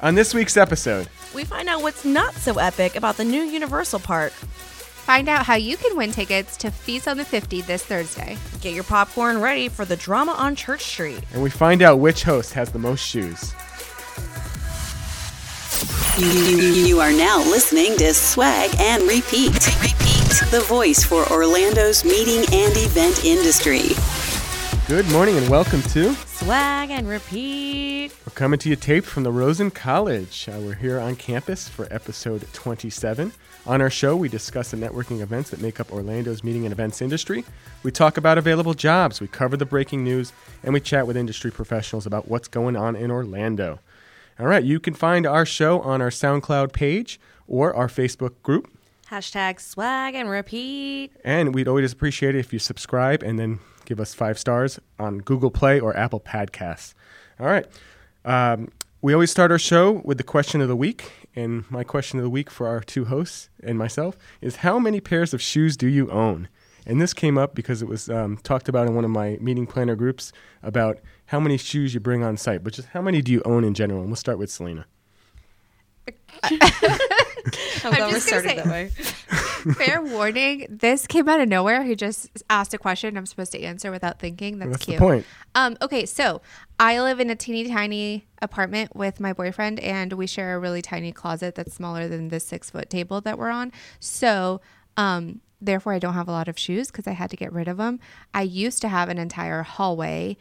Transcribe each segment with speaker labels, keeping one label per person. Speaker 1: On this week's episode,
Speaker 2: We find out what's not so epic about the new Universal Park.
Speaker 3: Find out how you can win tickets to Feast on the 50 this Thursday.
Speaker 2: Get your popcorn ready for the drama on Church Street.
Speaker 1: and we find out which host has the most shoes.
Speaker 4: You, you are now listening to Swag and Repeat. Repeat. The voice for Orlando's meeting and event industry.
Speaker 1: Good morning and welcome to.
Speaker 2: Swag and repeat.
Speaker 1: We're coming to you taped from the Rosen College. Uh, we're here on campus for episode 27. On our show, we discuss the networking events that make up Orlando's meeting and events industry. We talk about available jobs, we cover the breaking news, and we chat with industry professionals about what's going on in Orlando. All right, you can find our show on our SoundCloud page or our Facebook group.
Speaker 2: Hashtag swag and repeat.
Speaker 1: And we'd always appreciate it if you subscribe and then give us five stars on Google Play or Apple Podcasts. All right. Um, we always start our show with the question of the week. And my question of the week for our two hosts and myself is how many pairs of shoes do you own? And this came up because it was um, talked about in one of my meeting planner groups about how many shoes you bring on site, but just how many do you own in general? And we'll start with Selena.
Speaker 2: I'm glad we're
Speaker 3: just gonna
Speaker 2: started
Speaker 3: say-
Speaker 2: that way.
Speaker 3: Fair warning, this came out of nowhere. He just asked a question I'm supposed to answer without thinking. That's,
Speaker 1: That's the
Speaker 3: cute.
Speaker 1: point.
Speaker 3: Um, okay, so I live in a teeny tiny apartment with my boyfriend, and we share a really tiny closet that's smaller than this six foot table that we're on. So, um, therefore, I don't have a lot of shoes because I had to get rid of them. I used to have an entire hallway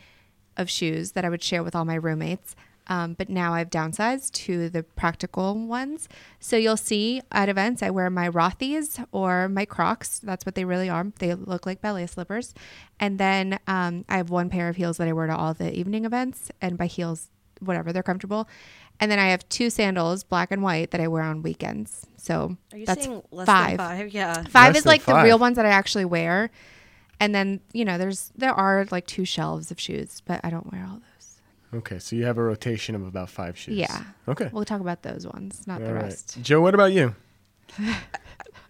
Speaker 3: of shoes that I would share with all my roommates. Um, but now I've downsized to the practical ones. So you'll see at events, I wear my Rothy's or my Crocs. That's what they really are. They look like ballet slippers. And then um, I have one pair of heels that I wear to all the evening events. And by heels, whatever, they're comfortable. And then I have two sandals, black and white, that I wear on weekends. So
Speaker 2: Are you
Speaker 3: that's
Speaker 2: saying less
Speaker 3: five.
Speaker 2: than five? Yeah.
Speaker 3: Five
Speaker 1: Less
Speaker 3: is
Speaker 1: than
Speaker 3: like
Speaker 1: five.
Speaker 3: the real ones that I actually wear. And then, you know, there's there are like two shelves of shoes, but I don't wear all those.
Speaker 1: Okay, so you have a rotation of about five shoes.
Speaker 3: Yeah.
Speaker 1: Okay.
Speaker 3: We'll talk about those ones, not the
Speaker 1: All right.
Speaker 3: rest.
Speaker 1: Joe, what about you?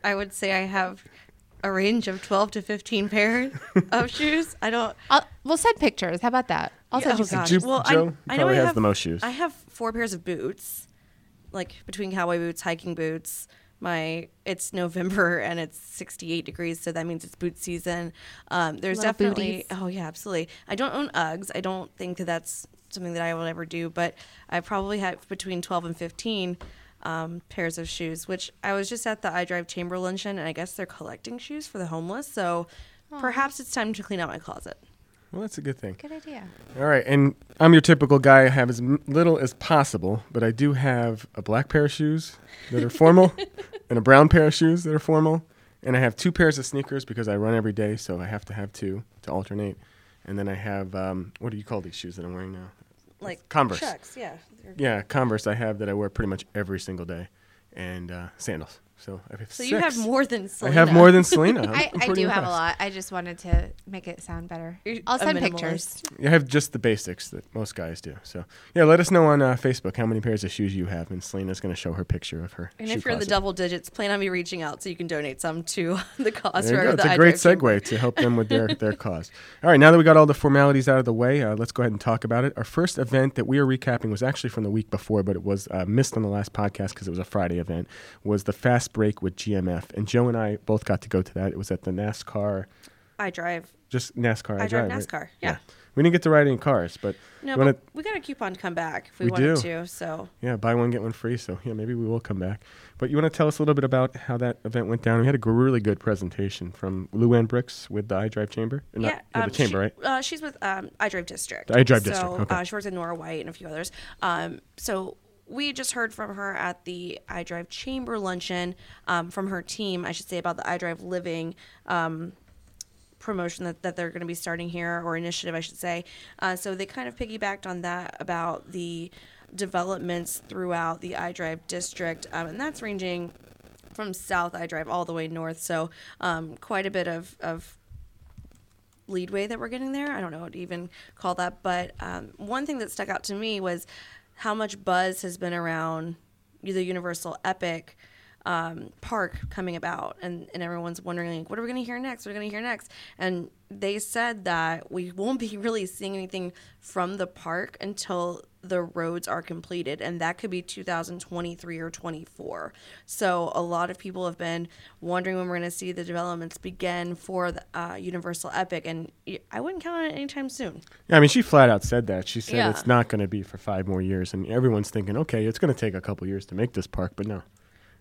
Speaker 2: I would say I have a range of 12 to 15 pairs of shoes. I don't.
Speaker 3: I'll, we'll send pictures. How about that? I'll send
Speaker 2: oh
Speaker 3: you
Speaker 2: gosh.
Speaker 3: pictures.
Speaker 1: Ju-
Speaker 2: well,
Speaker 1: Joe
Speaker 2: I, I know
Speaker 1: probably
Speaker 2: I
Speaker 1: has
Speaker 2: have
Speaker 1: the most shoes.
Speaker 2: I have four pairs of boots, like between cowboy boots, hiking boots. My it's November and it's 68 degrees, so that means it's boot season. Um, there's
Speaker 3: Little
Speaker 2: definitely
Speaker 3: booties.
Speaker 2: oh yeah, absolutely. I don't own UGGs. I don't think that that's something that I will ever do. But I probably have between 12 and 15 um, pairs of shoes. Which I was just at the I Drive Chamber luncheon, and I guess they're collecting shoes for the homeless. So perhaps it's time to clean out my closet.
Speaker 1: Well, that's a good thing.
Speaker 3: Good idea.
Speaker 1: All right, and I'm your typical guy. I have as m- little as possible, but I do have a black pair of shoes that are formal, and a brown pair of shoes that are formal, and I have two pairs of sneakers because I run every day, so I have to have two to alternate. And then I have um, what do you call these shoes that I'm wearing now?
Speaker 2: Like
Speaker 1: Converse.
Speaker 2: Chucks, yeah. They're-
Speaker 1: Yeah, Converse I have that I wear pretty much every single day, and uh, sandals. So I have
Speaker 2: So you have more than
Speaker 1: I
Speaker 2: Selena.
Speaker 1: have more than Selena. I'm-
Speaker 3: I,
Speaker 1: I'm
Speaker 3: I do
Speaker 1: pretty
Speaker 3: have a
Speaker 1: impressed.
Speaker 3: lot. I just wanted to make it sound better.
Speaker 2: You're
Speaker 3: I'll
Speaker 2: a
Speaker 3: send pictures.
Speaker 2: minimalist.
Speaker 1: I have just the basics that most guys do. So yeah, let us know on uh, Facebook how many pairs of shoes you have, and Selena's going to show her picture of her.
Speaker 2: And
Speaker 1: shoe
Speaker 2: if you're in the
Speaker 1: closet.
Speaker 2: double digits, plan on me reaching out so you can donate some to the cause
Speaker 1: there you go.
Speaker 2: for
Speaker 1: It's
Speaker 2: the
Speaker 1: a
Speaker 2: I
Speaker 1: great
Speaker 2: Drive Chamber.
Speaker 1: segue to help them with their their cause. All right, now that we got all the formalities out of the way, uh, let's go ahead and talk about it. Our first event that we are recapping was actually from the week before, but it was uh, missed on the last podcast because it was a Friday event. Was the fast break with GMF, and Joe and I both got to go to that. It was at the NASCAR,
Speaker 2: I drive.
Speaker 1: just NASCAR.
Speaker 2: I drive
Speaker 1: right?
Speaker 2: NASCAR, yeah.
Speaker 1: we didn't get to ride any cars, but
Speaker 2: No,
Speaker 1: you wanna-
Speaker 2: but we got a coupon to come back if we,
Speaker 1: We
Speaker 2: wanted
Speaker 1: do.
Speaker 2: to. So
Speaker 1: Yeah, buy one get one free. So yeah, maybe we will come back. But you want to tell us a little bit about how that event went down? We had a gr- really good presentation from Lou Ann Brooks with the iDrive Chamber. Or
Speaker 2: yeah, um,
Speaker 1: the Chamber,
Speaker 2: she-
Speaker 1: right?
Speaker 2: Uh, she's with um, I Drive District.
Speaker 1: The I Drive
Speaker 2: so,
Speaker 1: District, okay.
Speaker 2: Uh, she works with Nora White and a few others. Um, so we just heard from her at the I Drive Chamber luncheon um, from her team, I should say, about the I Drive Living um, promotion that, that they're going to be starting here or initiative i should say uh, so they kind of piggybacked on that about the developments throughout the idrive district um, and that's ranging from south idrive all the way north so um, quite a bit of, of leadway that we're getting there. I don't know what to even call that, but um, one thing that stuck out to me was how much buzz has been around the Universal Epic um, Park coming about, and, and everyone's wondering like, what are we going to hear next? What are we going to hear next? And they said that we won't be really seeing anything from the park until the roads are completed, and that could be 2023 or 24. So a lot of people have been wondering when we're going to see the developments begin for the uh, Universal Epic, and y- I wouldn't count on it anytime soon.
Speaker 1: Yeah, I mean, she flat out said that. She said
Speaker 2: Yeah.
Speaker 1: it's not going to be for five more years, and everyone's thinking, okay, it's going to take a couple years to make this park, but no,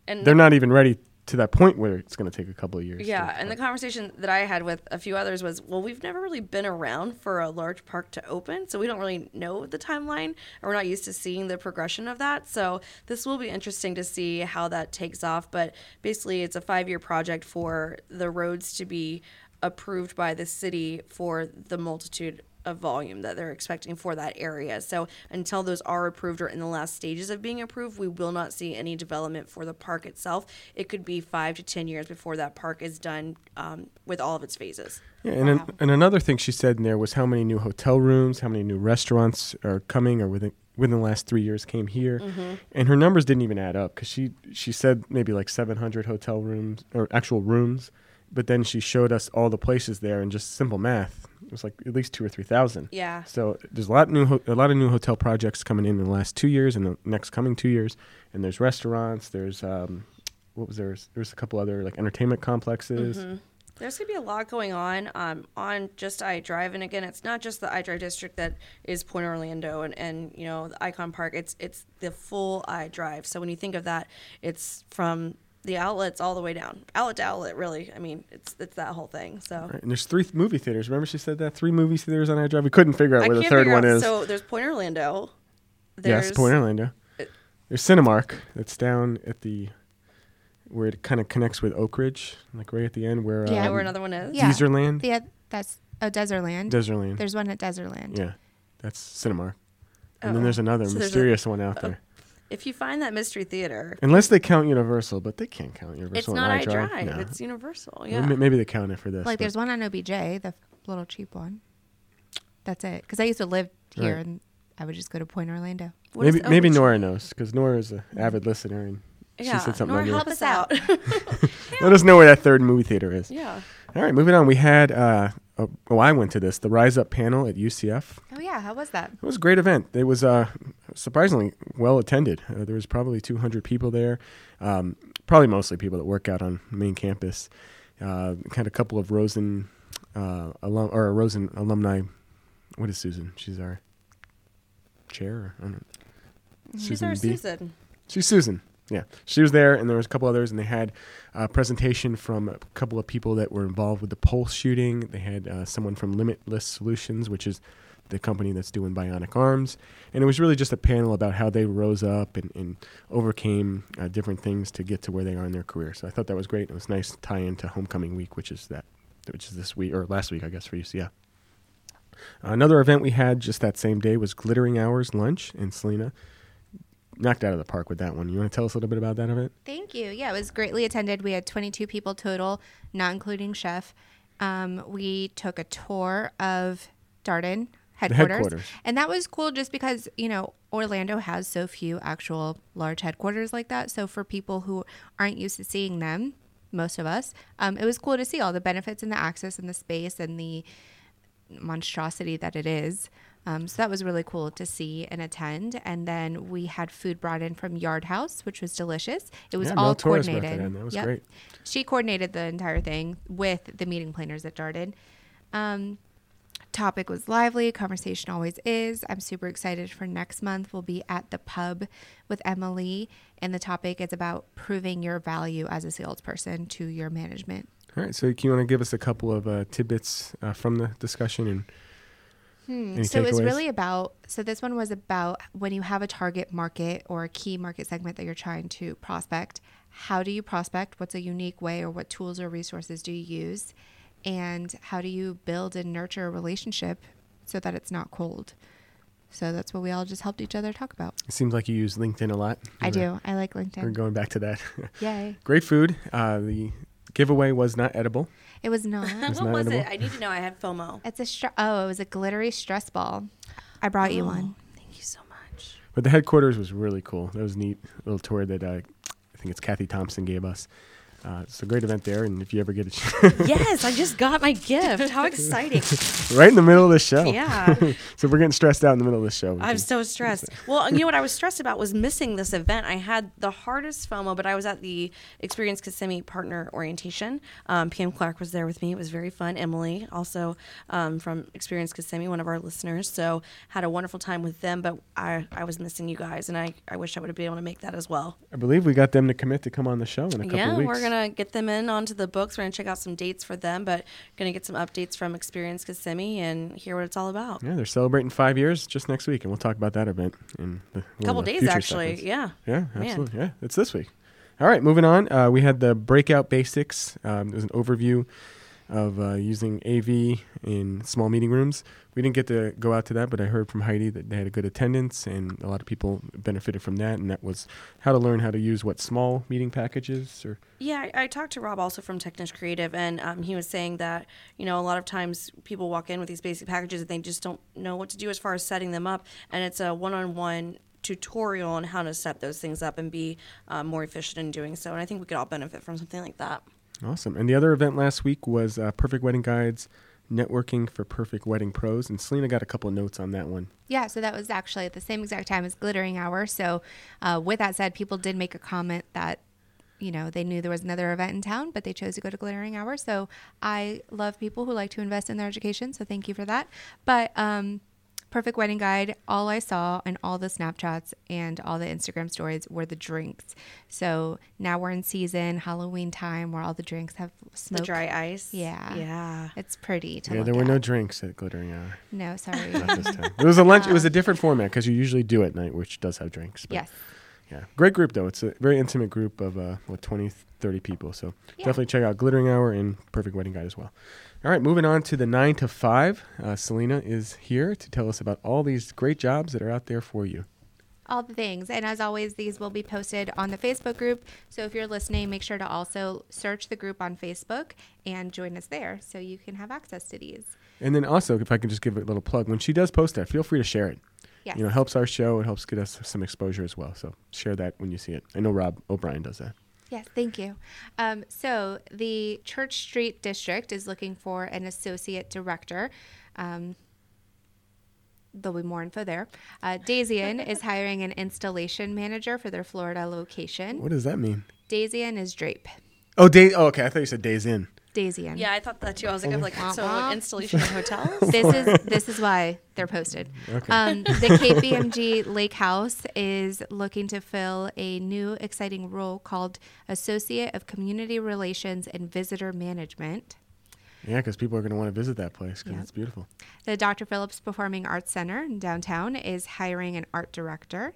Speaker 2: And
Speaker 1: they're not even ready to that point where it's going to take a couple of years.
Speaker 2: Yeah,
Speaker 1: to-
Speaker 2: and the conversation that I had with a few others was, well, we've never really been around for a large park to open, so we don't really know the timeline, and we're not used to seeing the progression of that. So this will be interesting to see how that takes off. But basically, it's a five-year project for the roads to be approved by the city for the multitude of volume that they're expecting for that area. So until those are approved or in the last stages of being approved, we will not see any development for the park itself. It could be five to ten years before that park is done um, with all of its phases.
Speaker 1: Yeah, and, an, and another thing she said in there was how many new hotel rooms, how many new restaurants are coming or within within the last three years came here, and her numbers didn't even add up because she she said maybe like 700 hotel rooms or actual rooms, but then she showed us all the places there and just simple math it was like at least two or three thousand.
Speaker 2: Yeah.
Speaker 1: So there's a lot of new ho- a lot of new hotel projects coming in in the last two years and the next coming two years, and there's restaurants, there's um, what was there? There's a couple other like entertainment complexes.
Speaker 2: There's going to be a lot going on um, on just I Drive, and again, it's not just the I Drive district that is Point Orlando and, and you know the Icon Park. It's it's the full I Drive. So when you think of that, it's from the outlets all the way down, outlet to outlet. Really, I mean, it's it's that whole thing. So
Speaker 1: Right, and there's three th- movie theaters. Remember she said that three movie theaters on iDrive. We couldn't figure out
Speaker 2: I
Speaker 1: where the
Speaker 2: can't
Speaker 1: third
Speaker 2: figure
Speaker 1: one
Speaker 2: out.
Speaker 1: is.
Speaker 2: So there's Point Orlando. There's
Speaker 1: yes, Point Orlando. There's Cinemark. That's down at the where it kind of connects with Oak Ridge, like right at the end where
Speaker 3: Yeah,
Speaker 1: um,
Speaker 2: Where another one is.
Speaker 3: Yeah.
Speaker 1: Deezerland?
Speaker 3: Yeah, that's oh Desertland.
Speaker 1: Desertland.
Speaker 3: There's one at Desertland.
Speaker 1: yeah, that's Cinemark. And
Speaker 2: Oh.
Speaker 1: then there's another
Speaker 2: So there's a- Oh.
Speaker 1: mysterious one out there.
Speaker 2: If you find that mystery theater,
Speaker 1: Unless they count Universal, but they can't count Universal.
Speaker 2: it's not
Speaker 1: on
Speaker 2: I
Speaker 1: iDrive.
Speaker 2: Drive.
Speaker 1: No.
Speaker 2: It's Universal.
Speaker 1: Well,
Speaker 2: Yeah.
Speaker 1: ma- Maybe they count it for this.
Speaker 3: Like
Speaker 1: but-
Speaker 3: there's one on OBJ, the f- little cheap one. That's it. Because I used to live here
Speaker 1: Right.
Speaker 3: and I would just go to Point Orlando.
Speaker 2: What is
Speaker 1: maybe
Speaker 2: the
Speaker 1: maybe
Speaker 2: OBJ?
Speaker 1: Nora knows because Nora is an avid listener and
Speaker 2: Yeah.
Speaker 1: she said something.
Speaker 2: Nora,
Speaker 1: on your-
Speaker 2: help us out.
Speaker 1: Let us know where that third movie theater is.
Speaker 2: yeah.
Speaker 1: All right, moving on. We had, uh, oh, oh, I went to this, the Rise Up panel at UCF.
Speaker 3: Oh yeah, how was that?
Speaker 1: It was a great event. It was uh, surprisingly well attended. Uh, there was probably 200 people there, um, probably mostly people that work out on main campus. Uh, kind of a couple of Rosen uh, alum or Rosen alumni. What is Susan? She's our chair. Or, I don't know.
Speaker 2: She's our
Speaker 1: B.
Speaker 2: Susan.
Speaker 1: She's Susan. Yeah, she was there, and there was a couple others, and they had a presentation from a couple of people that were involved with the Pulse shooting. They had uh, someone from Limitless Solutions, which is the company that's doing bionic arms, and it was really just a panel about how they rose up and, and overcame uh, different things to get to where they are in their career. So I thought that was great. It was a nice tie in to homecoming week, which is that, which is this week or last week, I guess, for UCF. Another event we had just that same day was Glittering Hours Lunch in Selena. Knocked out of the park with that one. You want to tell us a little bit about that event?
Speaker 3: Thank you. Yeah, it was greatly attended. We had 22 people total, not including chef. Um, we took a tour of Darden headquarters,
Speaker 1: headquarters.
Speaker 3: and that was cool just because you know Orlando has so few actual large headquarters like that. So for people who aren't used to seeing them, most of us, um, it was cool to see all the benefits and the access and the space and the monstrosity that it is. Um, so that was really cool to see and attend. And then we had food brought in from Yard House, which was delicious. It was
Speaker 1: Yeah, Mel
Speaker 3: all
Speaker 1: Torres brought that
Speaker 3: coordinated.
Speaker 1: in. That was great.
Speaker 3: She coordinated the entire thing with the meeting planners at Darden. Um, topic was lively. Conversation always is. I'm super excited for next month. We'll be at the pub with Emily, and the topic is about proving your value as a salesperson to your management.
Speaker 1: All right, so can you want to give us a couple of uh, tidbits uh, from the discussion and
Speaker 2: Hmm,
Speaker 1: any
Speaker 3: so it was
Speaker 1: takeaways?
Speaker 3: really about so this one was about when you have a target market or a key market segment that you're trying to prospect how do you prospect what's a unique way or what tools or resources do you use and how do you build and nurture a relationship so that it's not cold so that's what we all just helped each other talk about
Speaker 1: It seems like you use LinkedIn a lot.
Speaker 3: i
Speaker 1: We're-
Speaker 3: do i like
Speaker 1: We're
Speaker 3: linkedin
Speaker 1: going back to that.
Speaker 3: yay
Speaker 1: great food. Uh, the giveaway was not edible.
Speaker 3: it was not
Speaker 2: What
Speaker 1: not
Speaker 2: was it?
Speaker 1: edible.
Speaker 2: I need to know. I had FOMO.
Speaker 3: it's a str- oh it was a glittery stress ball i brought you one
Speaker 2: Thank you so much.
Speaker 1: But the headquarters was really cool. That was neat little tour that uh, I think it's Kathy Thompson gave us. Uh, it's a great event there, and if you ever get it,
Speaker 2: yes, I just got my gift. How exciting!
Speaker 1: right in the middle of the show.
Speaker 2: Yeah.
Speaker 1: so if we're getting stressed out in the middle of the show. we
Speaker 2: I'm
Speaker 1: can-
Speaker 2: so stressed. Well, and you know what I was stressed about was missing this event. I had the hardest FOMO, but I was at the Experience Kissimmee Partner Orientation. Um, PM Clark was there with me. It was very fun. Emily, also um, from Experience Kissimmee, one of our listeners, so had a wonderful time with them. But I, I was missing you guys, and I, I wish I would have been able to make that as well.
Speaker 1: I believe we got them to commit to come on the show in a couple
Speaker 2: Yeah,
Speaker 1: weeks.
Speaker 2: we're gonna get them in onto the books. We're gonna check out some dates for them, but gonna get some updates from Experience Kissimmee and hear what it's all about.
Speaker 1: Yeah, they're celebrating five years just next week, and we'll talk about that event in the, one of
Speaker 2: A couple
Speaker 1: the
Speaker 2: days
Speaker 1: future
Speaker 2: actually.
Speaker 1: segments.
Speaker 2: Yeah.
Speaker 1: Yeah,
Speaker 2: Man.
Speaker 1: absolutely. Yeah, it's this week. All right, moving on. Uh, we had the breakout basics. Um, it was an overview of uh, using AV in small meeting rooms. We didn't get to go out to that, but I heard from Heidi that they had a good attendance and a lot of people benefited from that. And that was how to learn how to use what small meeting packages or
Speaker 2: Yeah, I, I talked to Rob also from Technish Creative, and um, he was saying that you know a lot of times people walk in with these basic packages and they just don't know what to do as far as setting them up, and it's a one-on-one tutorial on how to set those things up and be um, more efficient in doing so. And I think we could all benefit from something like that.
Speaker 1: Awesome. And the other event last week was uh, Perfect Wedding Guides Networking for Perfect Wedding Pros. And Selena got a couple of notes on that one.
Speaker 3: Yeah, so that was actually at the same exact time as Glittering Hour. So, uh, with that said, people did make a comment that, you know, they knew there was another event in town, but they chose to go to Glittering Hour. So, I love people who like to invest in their education. So, thank you for that. But, um, Perfect Wedding Guide, all I saw and all the Snapchats and all the Instagram stories were the drinks. So now we're in season, Halloween time, where all the drinks have
Speaker 2: The
Speaker 3: smoke.
Speaker 2: dry ice.
Speaker 3: Yeah.
Speaker 2: Yeah.
Speaker 3: It's pretty to
Speaker 1: yeah,
Speaker 3: look
Speaker 1: there were no
Speaker 3: at.
Speaker 1: drinks at Glittering Hour.
Speaker 3: No, sorry.
Speaker 1: Not this time. It was a lunch. It was a different format because you usually do at night, which does have drinks. But
Speaker 3: yes.
Speaker 1: Yeah. Great group though. It's a very intimate group of uh, what 20, 30 people. So
Speaker 3: Yeah.
Speaker 1: definitely check out Glittering Hour and Perfect Wedding Guide as well. All right, moving on to the nine to five. Uh, Selena is here to tell us about all these great jobs that are out there for you.
Speaker 3: all the things. And as always, these will be posted on the Facebook group. So if you're listening, make sure to also search the group on Facebook and join us there so you can have access to these.
Speaker 1: And then also, if I can just give a little plug, when she does post that, feel free to share it.
Speaker 3: Yes.
Speaker 1: You know, it helps our show. It helps get us some exposure as well. So share that when you see it. I know Rob O'Brien does that.
Speaker 3: Yes, thank you. Um, so the Church Street District is looking for an associate director. Um, there'll be more info there. Uh, Daisian is hiring an installation manager for their Florida location.
Speaker 1: What does that mean?
Speaker 3: Daisian is Drape.
Speaker 1: Oh, day. Oh, okay. I thought you said days in.
Speaker 3: Daisian.
Speaker 2: Yeah, I thought that too. I was like, I'm like, so
Speaker 3: Wah-wah.
Speaker 2: installation of hotels.
Speaker 3: this is this is why they're posted. Um, the KPMG Lake House is looking to fill a new exciting role called Associate of Community Relations and Visitor Management.
Speaker 1: Yeah, because people are going to want to visit that place because
Speaker 3: Yeah.
Speaker 1: it's beautiful.
Speaker 3: The Dr. Phillips Performing Arts Center in downtown is hiring an art director.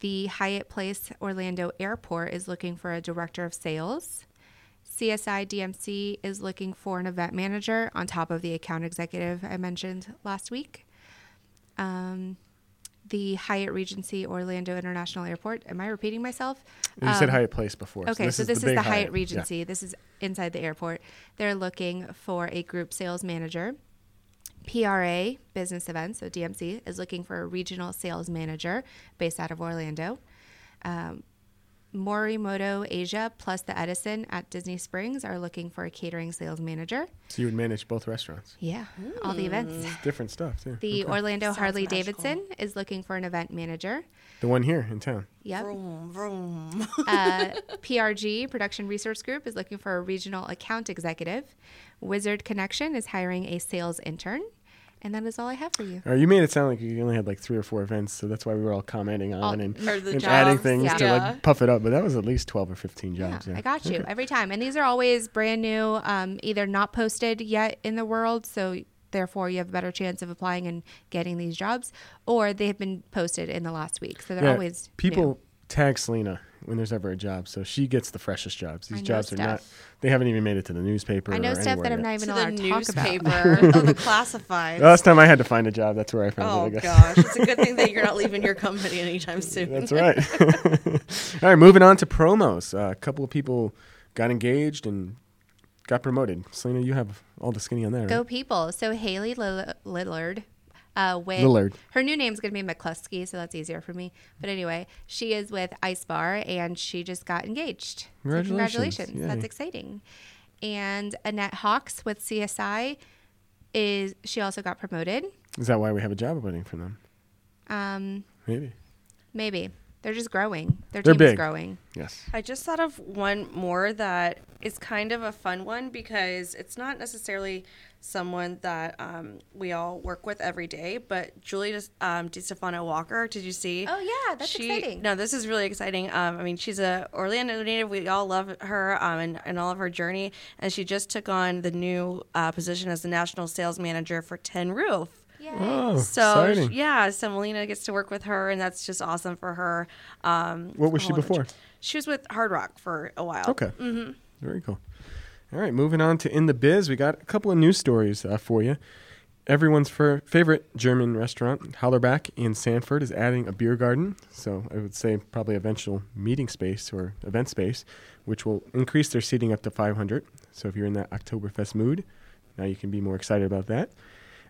Speaker 3: The Hyatt Place Orlando Airport is looking for a director of sales. CSI DMC is looking for an event manager on top of the account executive I mentioned last week. Um, the Hyatt Regency Orlando International Airport. Am I repeating myself?
Speaker 1: You said Hyatt Place before.
Speaker 3: Um, Okay, so this, is
Speaker 1: big
Speaker 3: the Hyatt,
Speaker 1: Yeah.
Speaker 3: Regency. This is inside the airport. They're looking for a group sales manager. PRA Business Events, so DMC, is looking for a regional sales manager based out of Orlando. Um, Morimoto Asia plus the Edison at Disney Springs are looking for a catering sales manager.
Speaker 1: So you would manage both restaurants.
Speaker 3: Yeah, all the events.
Speaker 1: Different stuff, too.
Speaker 3: The Orlando
Speaker 2: Hmm. Sounds
Speaker 3: Harley
Speaker 2: magical.
Speaker 3: Davidson is looking for an event manager.
Speaker 1: The one here in town.
Speaker 3: Yep.
Speaker 2: Vroom, vroom.
Speaker 3: uh, PRG, Production Resource Group, is looking for a regional account executive. Wizard Connection is hiring a sales intern. And that is all I have for you.
Speaker 1: All right, you made it sound like you only had like three or four events, so that's why we were all commenting on and,
Speaker 2: Or the
Speaker 1: and adding
Speaker 2: jobs,
Speaker 1: things to
Speaker 2: yeah.
Speaker 1: like puff it up. But that was at least 12 or 15
Speaker 3: Yeah,
Speaker 1: jobs. Yeah,
Speaker 3: I got you every time. And these are always brand new, um, either not posted yet in the world, so therefore you have a better chance of applying and getting these jobs, or they have been posted in the last week. So they're
Speaker 1: Yeah,
Speaker 3: always
Speaker 1: people
Speaker 3: new.
Speaker 1: tag Selena when there's ever a job, so she gets the freshest jobs. These
Speaker 3: know
Speaker 1: jobs are not;
Speaker 3: stuff.
Speaker 1: they haven't even made it to the newspaper.
Speaker 3: I know
Speaker 1: or
Speaker 3: stuff
Speaker 1: anywhere
Speaker 3: that I'm not
Speaker 1: yet.
Speaker 3: even
Speaker 2: to the
Speaker 3: allowed to talk about.
Speaker 2: newspaper of the classifieds.
Speaker 1: Last time I had to find a job, that's where I found
Speaker 2: Oh
Speaker 1: it. I guess.
Speaker 2: gosh, it's a good thing that you're not leaving your company anytime soon.
Speaker 1: That's right. All right, moving on to promos. Uh, a couple of people got engaged and got promoted. Selena, you have all the skinny on that.
Speaker 3: Go
Speaker 1: Right?
Speaker 3: people. So Haley Lil- Lillard uh, with
Speaker 1: Lillard.
Speaker 3: her new name's gonna be McCluskey, so that's easier for me. But anyway, she is with Ice Bar, and she just got engaged. So
Speaker 1: Congratulations.
Speaker 3: congratulations, that's
Speaker 1: Yay.
Speaker 3: exciting. And Annette Hawks with CSI is she also got promoted?
Speaker 1: Is that why we have a job opening for them?
Speaker 3: Um,
Speaker 1: Maybe.
Speaker 3: maybe they're just growing. Their
Speaker 1: They're
Speaker 3: team's
Speaker 1: big.
Speaker 3: growing.
Speaker 1: Yes.
Speaker 2: I just thought of one more that is kind of a fun one because it's not necessarily someone that um, we all work with every day, but Julie Dis- um, DiStefano Walker, did you see?
Speaker 3: Oh, yeah, that's
Speaker 2: She-
Speaker 3: exciting.
Speaker 2: No, this is really exciting. Um, I mean, she's a Orlando native. We all love her um, and, and all of her journey. And she just took on the new uh, position as the national sales manager for Ten Roof.
Speaker 1: Oh,
Speaker 2: So
Speaker 1: exciting.
Speaker 2: yeah, so Melina gets to work with her, and that's just awesome for her. Um,
Speaker 1: What was
Speaker 2: a
Speaker 1: she
Speaker 2: whole bunch of-
Speaker 1: before?
Speaker 2: She was with Hard Rock for a while.
Speaker 1: Okay. Mm-hmm. Very cool. All right, moving on to In the Biz. We got a couple of news stories uh, for you. Everyone's fir- favorite German restaurant, Hollerback in Sanford, is adding a beer garden. So I would say probably eventual meeting space or event space, which will increase their seating up to 500. So if you're in that Oktoberfest mood, now you can be more excited about that.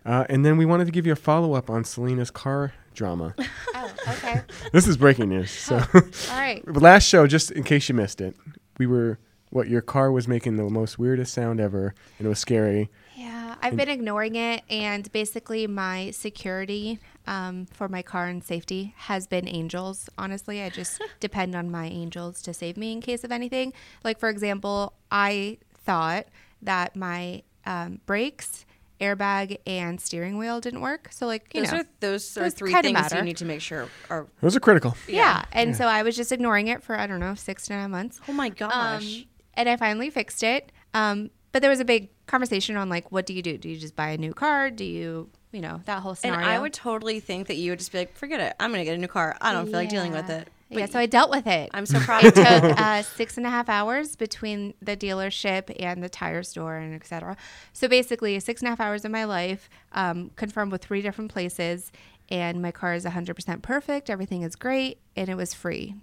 Speaker 1: Uh, and then we wanted to give you a follow up on Selena's car drama.
Speaker 3: Oh, okay.
Speaker 1: this is breaking news. So.
Speaker 3: All right.
Speaker 1: But last show, just in case you missed it, we were what your car was making the most weirdest sound ever, and it was scary.
Speaker 3: Yeah, I've been ignoring it, and basically, my security um, for my car and safety has been angels. Honestly, I just depend on my angels to save me in case of anything. Like, for example, I thought that my um, brakes, airbag, and steering wheel didn't work. So, like, you
Speaker 2: Those
Speaker 3: know,
Speaker 2: are those are
Speaker 3: those
Speaker 2: three
Speaker 3: kinda
Speaker 2: things
Speaker 3: matter.
Speaker 2: you need to make sure are.
Speaker 1: Those are critical.
Speaker 3: yeah. And so I was just ignoring it for I don't know six to nine months.
Speaker 2: Oh my
Speaker 3: Um,
Speaker 2: gosh.
Speaker 3: and I finally fixed it. Um, but there was a big conversation on like, what do you do? Do you just buy a new car? Do you, you know, that whole
Speaker 2: and
Speaker 3: scenario?
Speaker 2: I would totally think that you would just be like, forget it. I'm gonna get a new car. I don't feel like dealing with
Speaker 3: Yeah.
Speaker 2: it.
Speaker 3: yeah, so I dealt with it.
Speaker 2: I'm so proud. of you.
Speaker 3: took uh, six and a half hours between the dealership and the tire store and et cetera. So basically, six and a half hours of my life um, confirmed with three different places, and my car is 100% perfect. Everything is great, and it was free.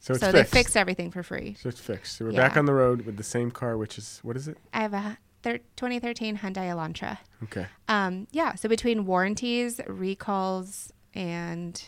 Speaker 1: So it's
Speaker 3: so
Speaker 1: fixed.
Speaker 3: they fixed everything for free.
Speaker 1: So it's fixed. So we're
Speaker 3: Yeah.
Speaker 1: back on the road with the same car, which is what is it?
Speaker 3: I have a thir- 2013 Hyundai Elantra.
Speaker 1: Okay.
Speaker 3: Um, yeah, so between warranties, recalls, and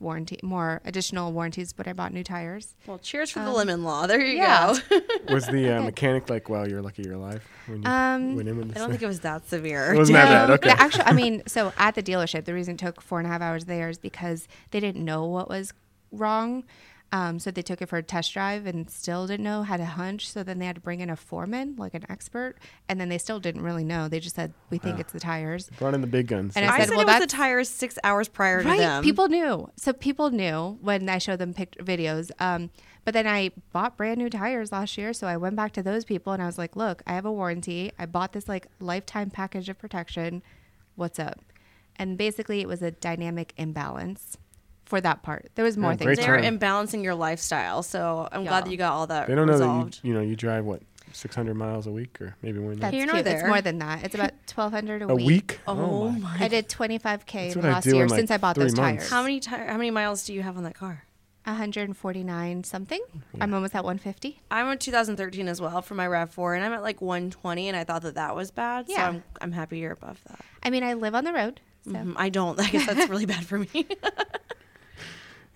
Speaker 3: warranty more additional warranties, but I bought new tires.
Speaker 2: well, cheers for the lemon law. There you
Speaker 3: yeah.
Speaker 2: go.
Speaker 1: Was the uh, mechanic like, "Wow, you're lucky you're alive"? When you
Speaker 3: Um,
Speaker 1: went in with
Speaker 2: I
Speaker 1: this
Speaker 2: don't
Speaker 1: thing?
Speaker 2: think it was that severe.
Speaker 1: It wasn't that bad.
Speaker 3: No,
Speaker 1: Okay.
Speaker 3: the actual- Um, I mean, so at the dealership, the reason it took four and a half hours there is because they didn't know what was wrong. Um, so they took it for a test drive and still didn't know, had a hunch. So then they had to bring in a foreman, like an expert. And then they still didn't really know. They just said, we think it's the tires.
Speaker 1: Brought in the big guns.
Speaker 3: And
Speaker 1: That's
Speaker 2: I
Speaker 1: it.
Speaker 2: said,
Speaker 3: said, well,
Speaker 2: it was the
Speaker 3: that's-
Speaker 2: tires six hours prior
Speaker 3: right
Speaker 2: to them.
Speaker 3: people knew so people knew when i showed them pic- videos um, but then i bought brand new tires last year so i went back to those people and i was like look i have a warranty i bought this like lifetime package of protection what's up and basically it was a dynamic imbalance for that part there was more
Speaker 1: Yeah,
Speaker 3: things
Speaker 1: great
Speaker 2: they're
Speaker 1: Sure.
Speaker 2: imbalancing your lifestyle. So I'm
Speaker 3: Yeah.
Speaker 2: glad that you got all that
Speaker 1: they don't know
Speaker 2: resolved.
Speaker 1: that you, you know you drive what 600 miles a week or maybe one
Speaker 3: that's
Speaker 2: Here nor
Speaker 3: cute. it's
Speaker 2: there.
Speaker 3: more than that it's about 1200 a,
Speaker 1: a week.
Speaker 2: oh
Speaker 1: my.
Speaker 2: my!
Speaker 3: i did 25k
Speaker 1: That's
Speaker 3: in
Speaker 1: what I
Speaker 3: last
Speaker 1: do in,
Speaker 3: year
Speaker 1: like,
Speaker 3: since i bought
Speaker 1: three
Speaker 3: those
Speaker 1: months.
Speaker 3: tires
Speaker 2: How many ti- how many miles do you have on that car?
Speaker 3: 149 something i'm almost at 150
Speaker 2: I'm on 2013 as well for my RAV4, and I'm at like 120, and I thought that that was bad. So
Speaker 3: Yeah.
Speaker 2: I'm, I'm happy you're above that.
Speaker 3: i mean i live on the road so
Speaker 2: Mm, I don't. I guess that's really bad for me.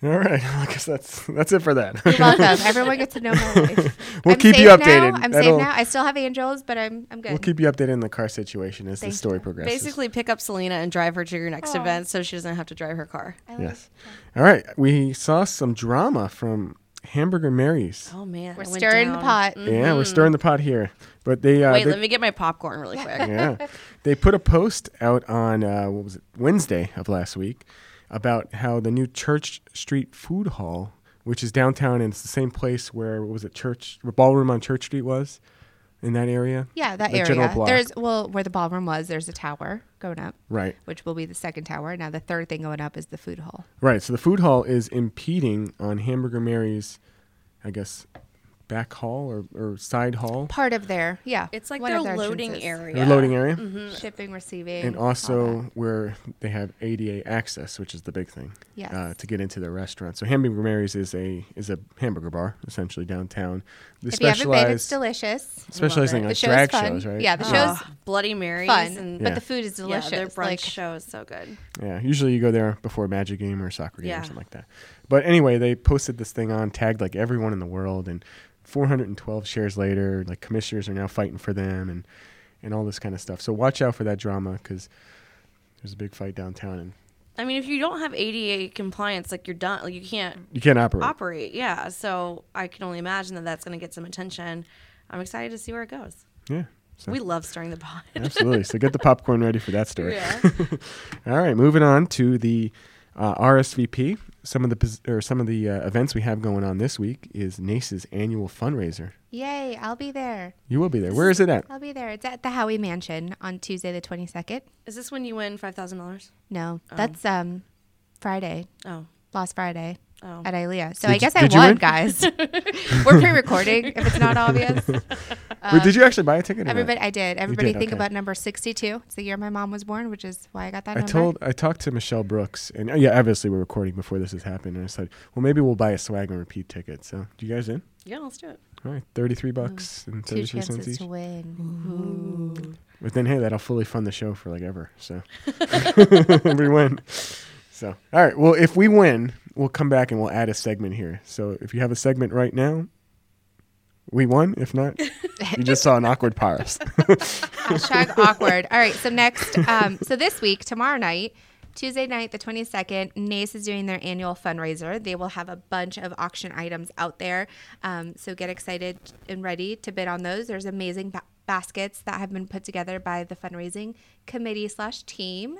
Speaker 1: All right. I guess that's that's it for that.
Speaker 3: Oh. You're welcome. Everyone gets to know my life.
Speaker 1: We'll
Speaker 3: I'm
Speaker 1: keep you
Speaker 3: safe
Speaker 1: updated.
Speaker 3: Now. I'm
Speaker 1: That'll-
Speaker 3: safe now. I still have angels, but I'm I'm good.
Speaker 1: we'll keep you updated on the car situation as the
Speaker 3: Thank
Speaker 1: story
Speaker 3: you.
Speaker 1: progresses.
Speaker 2: Basically, pick up Selena and drive her to your next event so she doesn't have to drive her car.
Speaker 3: I like-
Speaker 1: Yes. All right. We saw some drama from Hamburger Mary's.
Speaker 2: Oh, man.
Speaker 3: We're
Speaker 2: I went
Speaker 3: stirring the
Speaker 2: down.
Speaker 3: pot.
Speaker 1: Yeah, we're stirring the pot here. But they, uh,
Speaker 2: Wait,
Speaker 1: they-
Speaker 2: let me get my popcorn really quick.
Speaker 1: yeah, they put a post out on uh, what was it Wednesday of last week about how the new Church Street Food Hall, which is downtown and it's the same place where what was it Church Ballroom on Church Street was in that area.
Speaker 3: Yeah, that
Speaker 1: The general
Speaker 3: area.
Speaker 1: block.
Speaker 3: There's well where the ballroom was. There's a tower going up,
Speaker 1: Right.
Speaker 3: which will be the second tower. Now the third thing going up is the food hall.
Speaker 1: Right. So the food hall is impeding on Hamburger Mary's, I guess, back hall or, or side hall
Speaker 3: Part of their yeah.
Speaker 2: It's like
Speaker 3: one
Speaker 2: their,
Speaker 3: of their
Speaker 2: loading
Speaker 3: entrances.
Speaker 2: area.
Speaker 1: or loading area,
Speaker 3: Mm-hmm. Shipping, receiving,
Speaker 1: and
Speaker 3: all that.
Speaker 1: also where they have ADA access, which is the big thing.
Speaker 3: Yes.
Speaker 1: Uh, to get into the restaurant. So Hamburger Mary's is a is a hamburger bar essentially downtown. They
Speaker 3: If you haven't been, it's
Speaker 1: specialize-
Speaker 3: delicious.
Speaker 1: specializing
Speaker 2: it.
Speaker 1: on
Speaker 3: The show is
Speaker 1: drag
Speaker 3: fun.
Speaker 1: shows, right?
Speaker 3: Yeah, the
Speaker 1: Uh,
Speaker 3: show's
Speaker 2: Oh, Bloody Marys
Speaker 3: Fun,
Speaker 2: and
Speaker 1: Yeah.
Speaker 3: but the food is delicious.
Speaker 2: Yeah, their brunch
Speaker 3: like,
Speaker 2: show is so good.
Speaker 1: Yeah, usually you go there before a magic game or a soccer game
Speaker 2: Yeah.
Speaker 1: or something like that. But anyway, they posted this thing on, tagged like everyone in the world, and 412 shares later, like commissioners are now fighting for them and and all this kind of stuff. So watch out for that drama because there's a big fight downtown and
Speaker 2: I mean, if you don't have ADA compliance, like you're done. Like you can't
Speaker 1: you can't operate.
Speaker 2: operate. Yeah. So I can only imagine that that's going to get some attention. I'm excited to see where it goes.
Speaker 1: yeah, so
Speaker 2: We love stirring the pot.
Speaker 1: absolutely. So get the popcorn ready for that story.
Speaker 2: Yeah.
Speaker 1: All right, moving on to the uh, RSVP. Some of the pos- or some of the uh, events we have going on this week is NACE's annual fundraiser.
Speaker 3: Yay! I'll be there.
Speaker 1: You will be there. Where is it at?
Speaker 3: I'll be there. It's at the Howie Mansion on Tuesday the twenty second.
Speaker 2: Is this when you win five thousand dollars?
Speaker 3: No, that's um Friday,
Speaker 2: Oh,
Speaker 3: last Friday
Speaker 2: Oh.
Speaker 3: at ILEA. So
Speaker 1: Did
Speaker 3: I
Speaker 1: you-
Speaker 3: guess
Speaker 1: did
Speaker 3: I
Speaker 1: you
Speaker 3: won,
Speaker 1: win?
Speaker 3: guys. We're pre-recording if it's not obvious.
Speaker 1: Wait, did you actually buy a ticket? Or not?
Speaker 3: Um, Everybody, I did. Everybody
Speaker 1: did,
Speaker 3: think
Speaker 1: okay.
Speaker 3: about number sixty-two. It's the year my mom was born, which is why I got that
Speaker 1: I
Speaker 3: number.
Speaker 1: told I talked to Michelle Brooks, and uh, yeah, obviously we're recording before this has happened. And I said, well, maybe we'll buy a swag and repeat ticket. So, do you guys in?
Speaker 2: yeah. Let's do it.
Speaker 1: All right, thirty-three bucks and
Speaker 3: Mm, two
Speaker 1: thirty-three
Speaker 3: chances
Speaker 1: cents each.
Speaker 3: to win. Ooh.
Speaker 1: But then, hey, that'll fully fund the show for like ever. So, we win. So, all right. Well, if we win, we'll come back and we'll add a segment here. So, if you have a segment right now, we won. If not, you just saw an awkward pause.
Speaker 3: Hashtag awkward. All right. So next, um, so this week, tomorrow night, Tuesday night, the 22nd, NACE is doing their annual fundraiser. They will have a bunch of auction items out there. Um, so get excited and ready to bid on those. There's amazing ba- baskets that have been put together by the fundraising committee slash team.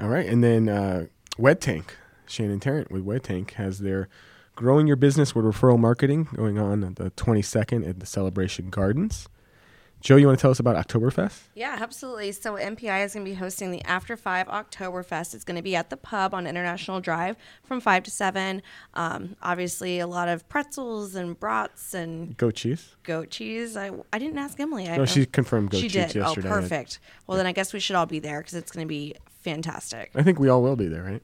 Speaker 1: All right, and then uh, Wet Tank, Shannon Tarrant with Wet Tank has their growing your business with referral marketing going on on the 22nd at the Celebration Gardens. Joe, you want to tell us about Oktoberfest?
Speaker 2: Yeah, absolutely. So MPI is going to be hosting the After Five Oktoberfest. It's going to be at the pub on International Drive from five to seven. Um, obviously, a lot of pretzels and brats and
Speaker 1: Goat cheese.
Speaker 2: goat cheese. I, I didn't ask Emily. I,
Speaker 1: No, she confirmed goat
Speaker 2: she
Speaker 1: cheese
Speaker 2: did.
Speaker 1: yesterday.
Speaker 2: Oh, perfect. Well, then I guess we should all be there because it's going to be fantastic.
Speaker 1: I think we all will be there, right?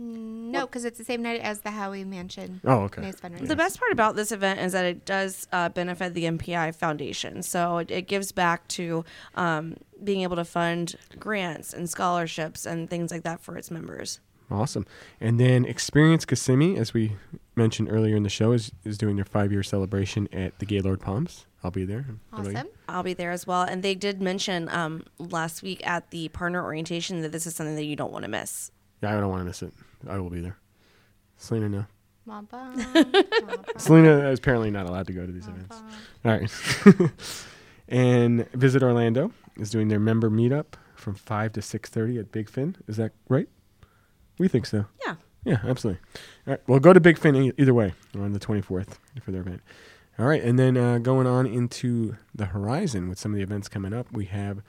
Speaker 3: No, because it's the same night as the Howie Mansion.
Speaker 1: Oh, okay.
Speaker 3: NACE fundraiser.
Speaker 2: The best part about this event is that it does uh, benefit the MPI Foundation. So it, it gives back to um, being able to fund grants and scholarships and things like that for its members.
Speaker 1: Awesome. And then Experience Kissimmee, as we mentioned earlier in the show, is, is doing their five year celebration at the Gaylord Palms. I'll be there. What about you?
Speaker 3: Awesome.
Speaker 2: I'll be there as well. And they did mention um, last week at the partner orientation that this is something that you don't want to miss.
Speaker 1: Yeah, I don't want to miss it. I will be there. Selena, no.
Speaker 3: Womp womp.
Speaker 1: Selena is apparently not allowed to go to these events. All right. and Visit Orlando is doing their member meetup from 5 to 6.30 at Big Fin. Is that right? We think so.
Speaker 2: Yeah.
Speaker 1: Yeah, absolutely. All right. Well, go to Big Fin e- either way on the 24th for their event. All right. And then uh, going on into the horizon with some of the events coming up, we have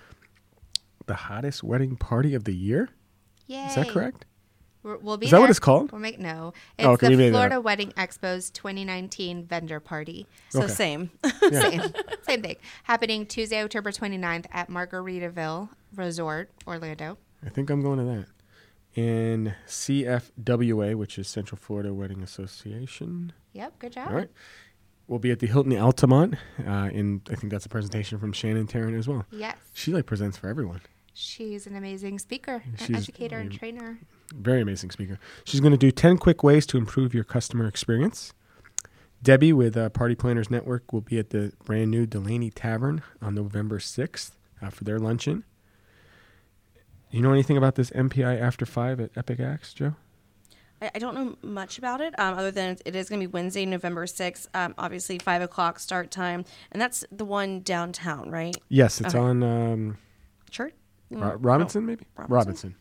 Speaker 1: the hottest wedding party of the year.
Speaker 3: Yay.
Speaker 1: Is that correct?
Speaker 3: We're, we'll be
Speaker 1: Is that what
Speaker 3: there.
Speaker 1: it's called?
Speaker 3: We'll make no. It's
Speaker 1: Oh, okay,
Speaker 3: the
Speaker 1: we made that
Speaker 3: Florida
Speaker 1: up.
Speaker 3: Wedding Expo's 2019 vendor party.
Speaker 2: So
Speaker 1: Okay.
Speaker 2: same.
Speaker 3: Same, same thing. Happening Tuesday, October 29th at Margaritaville Resort, Orlando.
Speaker 1: I think I'm going to that. And CFWA, which is Central Florida Wedding Association.
Speaker 3: Yep, good job.
Speaker 1: All right. We'll be at the Hilton Altamont. Uh, and I think that's a presentation from Shannon Tarrant as well.
Speaker 3: Yes.
Speaker 1: She like presents for everyone.
Speaker 3: She's an amazing speaker, an
Speaker 1: She's-
Speaker 3: educator, and trainer.
Speaker 1: Very amazing speaker. She's going to do 10 quick ways to improve your customer experience. Debbie with uh, Party Planners Network will be at the brand new Delaney Tavern on November 6th uh, for their luncheon. You know anything about this MPI After 5 at Epic Axe, Joe?
Speaker 2: I, I don't know much about it, um, other than it is going to be Wednesday, November 6th, um, obviously 5 o'clock start time. And that's the one downtown, right?
Speaker 1: Yes, it's
Speaker 2: Okay.
Speaker 1: on um,
Speaker 2: Church?
Speaker 1: Ro- Robinson, maybe?
Speaker 2: Oh, Robinson?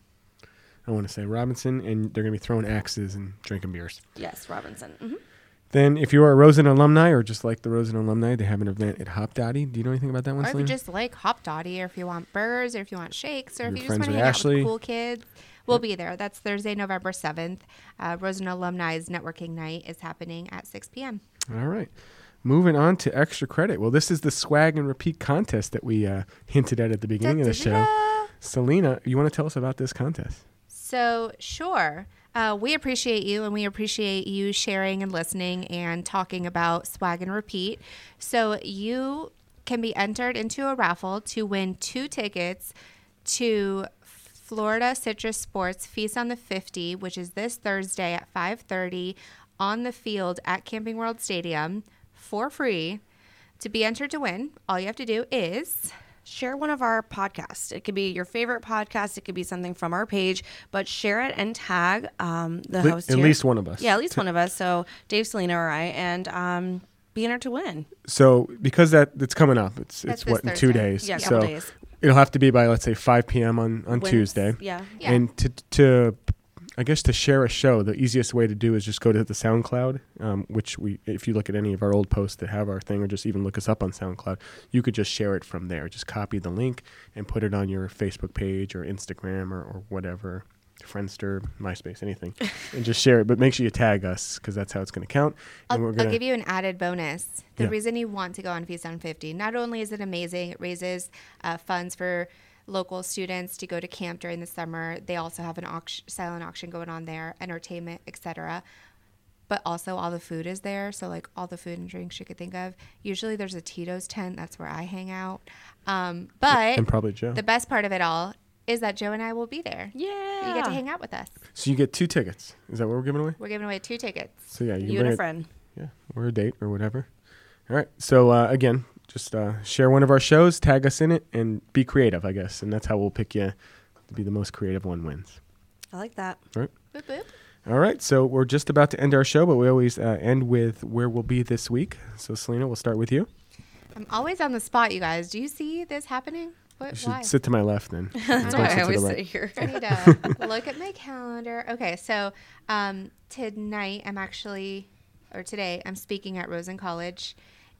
Speaker 1: I want to say Robinson, and they're going to be throwing axes and drinking beers.
Speaker 2: Yes, Robinson. hmm
Speaker 1: Then, if you are a Rosen alumni or just like the Rosen alumni, they have an event at Hop Dotty. Do you know anything about that one,
Speaker 3: Or if you
Speaker 1: Selena?
Speaker 3: just like Hop Dottie, or if you want burgers, or if you want shakes, or
Speaker 1: You're
Speaker 3: if you just
Speaker 1: friends
Speaker 3: want to
Speaker 1: with
Speaker 3: hang out
Speaker 1: Ashley.
Speaker 3: with cool kids. We'll be there. That's Thursday, November 7th. Uh, Rosen Alumni's networking night is happening at 6 p.m.
Speaker 1: All right. Moving on to extra credit. Well, this is the swag and repeat contest that we uh, hinted at at the beginning of the show.
Speaker 3: Da-da-da.
Speaker 1: Selena, you want to tell us about this contest?
Speaker 3: So, sure. Uh, we appreciate you and we appreciate you sharing and listening and talking about swag and repeat. So, you can be entered into a raffle to win two tickets to Florida Citrus Sports Feast on the 50, which is this Thursday at 5:30 on the field at Camping World Stadium for free. To be entered to win, all you have to do is
Speaker 2: share one of our podcasts. It could be your favorite podcast. It could be something from our page, but share it and tag um, the
Speaker 1: Le-
Speaker 2: host.
Speaker 1: at
Speaker 2: here.
Speaker 1: least one of us.
Speaker 2: Yeah, at least one of us. So Dave, Selena, or I, and um, be in it to win.
Speaker 1: So because that it's coming up, it's
Speaker 3: That's
Speaker 1: it's what
Speaker 3: this
Speaker 1: in two
Speaker 3: Thursday.
Speaker 1: days.
Speaker 2: Yeah,
Speaker 1: so
Speaker 2: couple days.
Speaker 1: it'll have to be by let's say 5 p.m. on on
Speaker 2: Wins.
Speaker 1: Tuesday.
Speaker 2: Yeah.
Speaker 3: Yeah.
Speaker 1: And to to I guess to share a show, the easiest way to do is just go to the SoundCloud, um, which we if you look at any of our old posts that have our thing, or just even look us up on SoundCloud, you could just share it from there. Just copy the link and put it on your Facebook page or Instagram or, or whatever. Friendster, MySpace, anything, and just share it. But make sure you tag us because that's how it's going to count.
Speaker 3: I'll,
Speaker 1: and
Speaker 3: I'll give you an added bonus. The
Speaker 1: Yeah.
Speaker 3: reason you want to go on Feast on 50, not only is it amazing, it raises uh, funds for local students to go to camp during the summer. They also have an auction, silent auction going on there, entertainment, etc. But also, all the food is there. So, like, all the food and drinks you could think of. Usually, there's a Tito's tent. That's where I hang out. Um, but
Speaker 1: and probably Joe.
Speaker 3: the best part of it all is that Joe and I will be there. You get
Speaker 2: Yeah.
Speaker 3: to hang out with us.
Speaker 1: So you get two tickets. Is that what we're giving away?
Speaker 3: We're giving away two tickets.
Speaker 1: So yeah, you, can
Speaker 2: You and
Speaker 1: bring
Speaker 2: a
Speaker 1: it-
Speaker 2: friend.
Speaker 1: Yeah, or a date or whatever. All right. So uh, again, just uh, share one of our shows, tag us in it, and be creative, I guess. And that's how we'll pick you to be the most creative one wins.
Speaker 2: I like that.
Speaker 1: All right.
Speaker 3: Boop, boop.
Speaker 1: All right. So we're just about to end our show, but we always uh, end with where we'll be this week. So Selena, we'll start with you.
Speaker 3: I'm always on the spot, you guys. Do you see this happening?
Speaker 1: You
Speaker 3: What,
Speaker 1: should
Speaker 3: why?
Speaker 1: sit to my left then. That's
Speaker 2: why I always sit here.
Speaker 3: I need to look at my calendar. Okay, so um, tonight I'm actually, or today I'm speaking at Rosen College,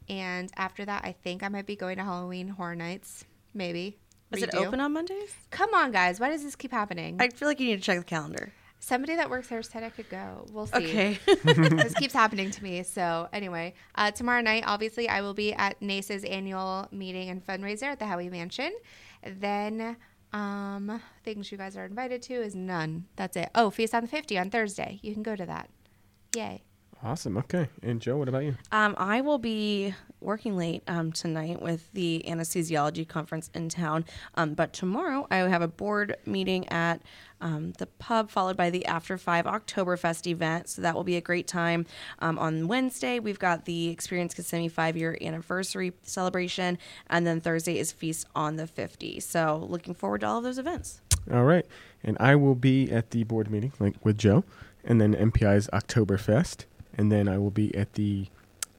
Speaker 3: and after that I think I might be going to Halloween Horror Nights. Maybe.
Speaker 2: Is it
Speaker 3: Redo.
Speaker 2: open on Mondays?
Speaker 3: Come on, guys. Why does this keep happening?
Speaker 2: I feel like you need to check the calendar.
Speaker 3: Somebody that works there said I could go. We'll see.
Speaker 2: Okay.
Speaker 3: this keeps happening to me. So anyway, uh, tomorrow night, obviously, I will be at NACE's annual meeting and fundraiser at the Howie Mansion. Then um, things you guys are invited to is none. That's it. Oh, Feast on the 50 on Thursday. You can go to that. Yay.
Speaker 1: Awesome. Okay. And Joe, what about you?
Speaker 2: Um, I will be working late um, tonight with the anesthesiology conference in town, um, but tomorrow I have a board meeting at um, the pub, followed by the After Five Oktoberfest event. So that will be a great time. Um, on Wednesday, we've got the Experience Kissimmee five year anniversary celebration, and then Thursday is Feast on the 50. So looking forward to all of those events.
Speaker 1: All right. And I will be at the board meeting like with Joe and then MPI's Oktoberfest. And then I will be at the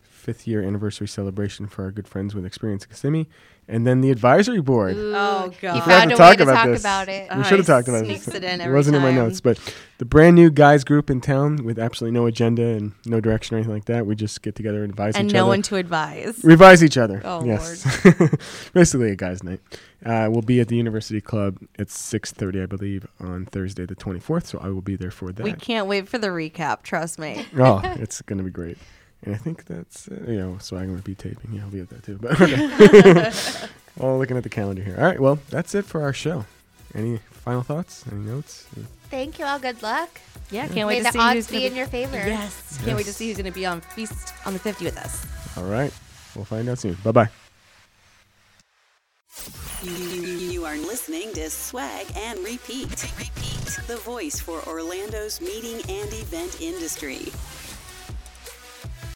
Speaker 1: fifth year anniversary celebration for our good friends with Experience Kissimmee. And then the advisory board.
Speaker 2: Oh,
Speaker 3: You
Speaker 2: God.
Speaker 1: We forgot
Speaker 3: found a
Speaker 1: talk
Speaker 3: way to
Speaker 1: about
Speaker 3: talk
Speaker 1: this.
Speaker 3: about it.
Speaker 1: We should have
Speaker 2: Ah,
Speaker 1: talked about
Speaker 2: sneaks
Speaker 1: this.
Speaker 2: it in every
Speaker 1: wasn't in
Speaker 2: time.
Speaker 1: my notes, but the brand new guys group in town with absolutely no agenda and no direction or anything like that. We just get together and advise
Speaker 2: And
Speaker 1: each
Speaker 2: no
Speaker 1: other.
Speaker 2: one to advise.
Speaker 1: Revise each other.
Speaker 2: Oh,
Speaker 1: yes. Basically a guys' night. Uh, we'll be at the University Club at 6.30, I believe, on Thursday the 24th. So I will be there for that.
Speaker 2: We can't wait for the recap, trust me.
Speaker 1: oh, it's going to be great. And I think that's, uh, you know, so I'm going to be taping. Yeah, I'll be at that too. But all looking at the calendar here. All right. Well, that's it for our show. Any final thoughts? Any notes?
Speaker 3: Thank you all. Good luck.
Speaker 2: Yeah, can't
Speaker 3: May
Speaker 2: wait
Speaker 3: the
Speaker 2: to see who's
Speaker 3: odds
Speaker 2: gonna
Speaker 3: be in your favor.
Speaker 2: Yes. Can't wait to
Speaker 1: Yes.
Speaker 2: see who's going to be on Feast on the 50 with us.
Speaker 1: All right. We'll find out soon. Bye bye.
Speaker 4: You, you are listening to Swag and Repeat. Repeat. The voice for Orlando's meeting and event industry.